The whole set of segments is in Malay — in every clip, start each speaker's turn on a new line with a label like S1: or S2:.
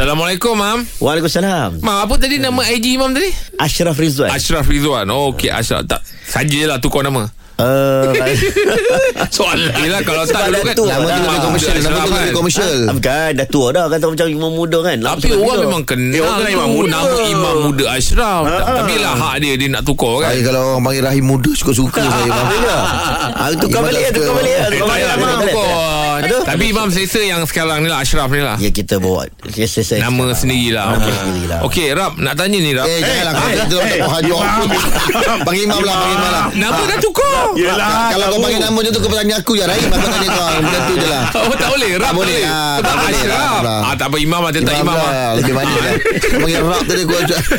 S1: Assalamualaikum, Mam.
S2: Waalaikumsalam
S1: Mam, apa tadi nama IG Mam tadi?
S2: Ashraf Rizwan
S1: Ashraf Rizwan. Oh, okey, Ashraf. Tak, sajalah tukar nama.
S2: uh,
S1: Soalan. Yelah, kalau tak dulu
S2: Soalan
S1: kan.
S2: tu,
S3: Nama tu
S2: Ah,
S3: lebih
S2: ah,
S3: komersial Nama tu lebih komersial Ah,
S2: Bukan dah tua dah Kata macam imam muda kan Nak
S1: Tapi
S2: macam
S1: orang
S2: muda.
S1: memang kenal
S4: Eh, orang
S1: tu.
S4: kenal imam muda.
S1: Nama imam muda Ashraf Tapi lah hak dia Dia nak tukar kan
S3: Saya kalau orang panggil Rahim muda Suka-suka saya Faham tak?
S2: Ah, Tukar
S3: Imam
S2: balik ya
S3: tak
S2: Tukar
S3: suka.
S2: balik
S1: Eh,
S2: ya Tukar
S1: tak
S2: balik
S1: payah
S2: ya,
S1: Imam
S2: tukar balik,
S1: tukar
S2: ya. Aduh.
S1: Tapi Imam selesa yang sekarang ni lah Ashraf ni lah
S2: Ya kita bawa ya, saya, saya,
S1: Nama sendirilah
S2: Nama sendirilah.
S1: Okey okay, Rab Nak tanya ni Rab
S3: Eh janganlah Kau tak
S4: eh,
S3: tahu haji orang Panggil imam lah Panggil imam lah
S1: Nama dah tukar
S4: Yelah
S3: Kalau kau panggil nama dia tu Kau tanya aku je Rahim Aku tanya kau Macam tu je lah
S1: Oh tak boleh Rab
S3: Tak boleh ah,
S1: Sebab
S3: Tak boleh
S1: Ashraf
S3: Rab lah.
S1: Ah Tak apa Imam lah Dia tak
S3: Imam
S1: Imam lah
S3: lah Lebih manja kan Panggil Rab tadi aku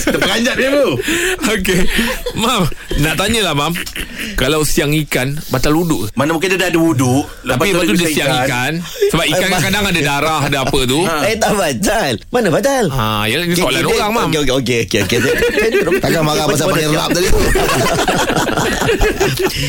S4: Terperanjat dia tu
S1: Okey Mam Nak tanyalah Mam Kalau siang ikan Batal uduk
S4: Mana mungkin dia dah ada wuduk
S1: Tapi lepas tu dia
S4: bisa
S1: siang ikan Sebab ikan
S2: Eh,
S1: kadang-kadang ada darah Ada apa tu
S2: Eh tak batal Mana batal
S1: Ha, yalah ni
S2: Okey,
S1: soalan
S2: kita-
S1: orang mam.
S2: Okey okey okey okey. okey. Saya- saya duduk-
S3: Takkan marah pasal
S2: Mana
S3: panggil
S2: siap?
S3: Rab tadi tu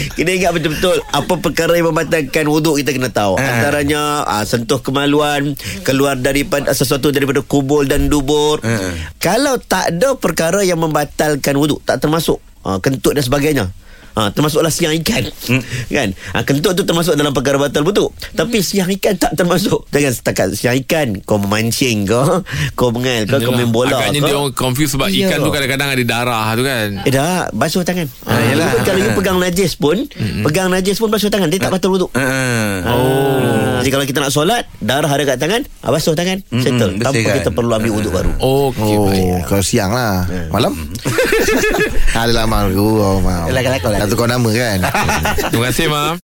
S2: Kena ingat betul-betul apa perkara yang membatalkan wuduk kita kena tahu. Antaranya ah, sentuh kemaluan, keluar daripada ah, sesuatu daripada kubul dan dubur.
S1: Ah.
S2: Kalau tak ada perkara yang membatalkan wuduk, tak termasuk ah, kentut dan sebagainya. Ha, termasuklah siang ikan
S1: Hmm.
S2: kan ha, kentut tu termasuk dalam perkara batal betul tapi
S1: Hmm.
S2: siang ikan tak termasuk jangan setakat siang ikan kau memancing kau kau mengal kau, kau
S1: Yalah,
S2: main bola
S1: Agaknya
S2: kau.
S1: dia orang confused Sebab
S2: Ya.
S1: ikan tu kadang-kadang ada darah tu kan
S2: Eh dah Basuh tangan ha,
S3: yelah.
S2: Even Kalau you pegang najis pun
S3: Hmm,
S2: Pegang najis pun basuh tangan Dia tak batal wuduk
S4: Ha.
S2: Oh. Jadi kalau kita nak solat Darah ada kat tangan ah, Basuh tangan Settle
S3: bersih
S2: Tanpa
S3: kan?
S2: kita perlu ambil wuduk baru
S1: Okey
S3: Oh,
S1: baik
S3: kau siang lah Malam? Adalah malam aku oh, malam.
S2: Elak-elak kau lah.
S3: Satu kau nama kan
S1: Terima kasih mam